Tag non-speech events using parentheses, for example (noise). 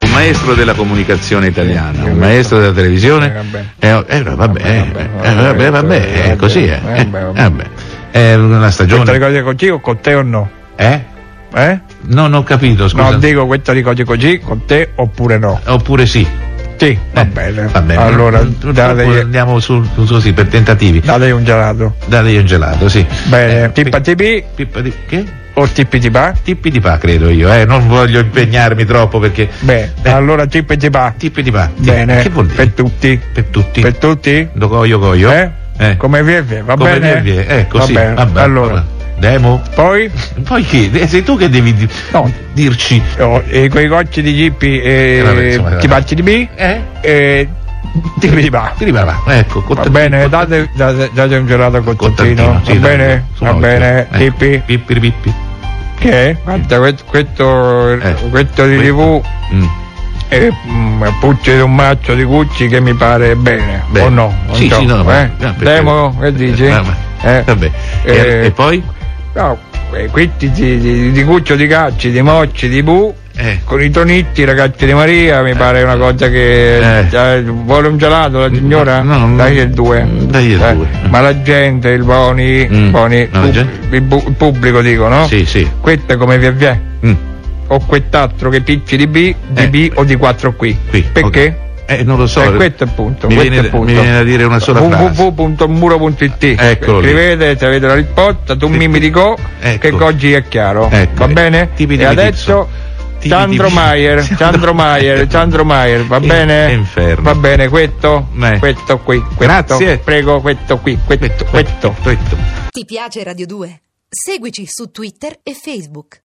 un maestro della comunicazione italiana, un maestro della televisione. Eh, oh, eh, vabbè, eh, eh, vabbè, vabbè, è così, eh, eh, vabbè. È una Questo stagione. ricordi così o con te o no? Eh? Eh? No, non ho capito, No, scusa. dico questo ricordi così con te oppure no? Oppure sì. Sì, va Eh, bene. Va bene. Allora, Mm, date, andiamo su, su- così per tentativi. date un gelato. Dategli un gelato, sì. Bene, Eh, tippa tipi Pippa di che? o tippi tipa? Tippi di pa, credo io, eh. Non voglio impegnarmi troppo perché. Bene, Eh, allora tippi tipa. Tippi di pa. Ti- Bene, Che vuol dire? per tutti. Per tutti. Per tutti? Lo coio coio. Eh? Eh. Come vi è, vi è, va Come bene? dire, eh, così. Va bene. Vabbè, allora, vabbè. Demo. poi Poi che? Eh, Sei tu che devi di- No. dirci. oh, eh, coi gocci di gippi Eh, vabbè, e insomma, ti vabbè. faccio di B Eh? e tippi tipa. Ti riparà. Ecco, Va cont- bene, date, date, date un gelato a contantino, Cottantino, sì, va dai, bene, su, va no, bene, ecco. Tippi, Pippi, pippi. che? Guarda, que- questo, Eh, questo di questo. TV Mm. è mm, Pucci di un mazzo di Gucci che mi pare bene, Bene. o no? non Sì, so, sì, no, ma- eh? no, perché- Demo, che dici? Eh, vabbè. Eh, Vabbè. E- eh, e poi? No, eh, questi di, di, di Guccio di Cacci, di Mocci, di Bu, Eh. con i tonitti, i ragazzi di Maria, mi pare una cosa che... Eh. eh, vuole un gelato la signora? No, no, dai il due. dagli il Eh, due. Ma la gente, il Boni, Mm. Boni, No, la pub- gente- il, bu- il pubblico dico, no? Sì, sì. Questa come via via? Mm. O quest'altro che picci di B, di Eh. B o di 4 qui? Qui, Perché? ok. Eh, non lo so. Eh, questo è il punto. Mi questo viene, è il punto. mi viene da dire una sola frase. www.muro.it Eccolo lì. Scrivete se avete la risposta, tu mi mi dico Ecco. che oggi è chiaro. Ecco, Va eh, bene? tipi di e adesso Gibson. Tipi Sandro di- Maier, Sandro (laughs) Maier, Sandro Maier, va Che- bene? che inferno. Va bene, questo, Eh. questo qui, questo, Grazie. prego, questo qui, questo, questo. Questo. Ti piace Radio 2? Seguici su Twitter e Facebook.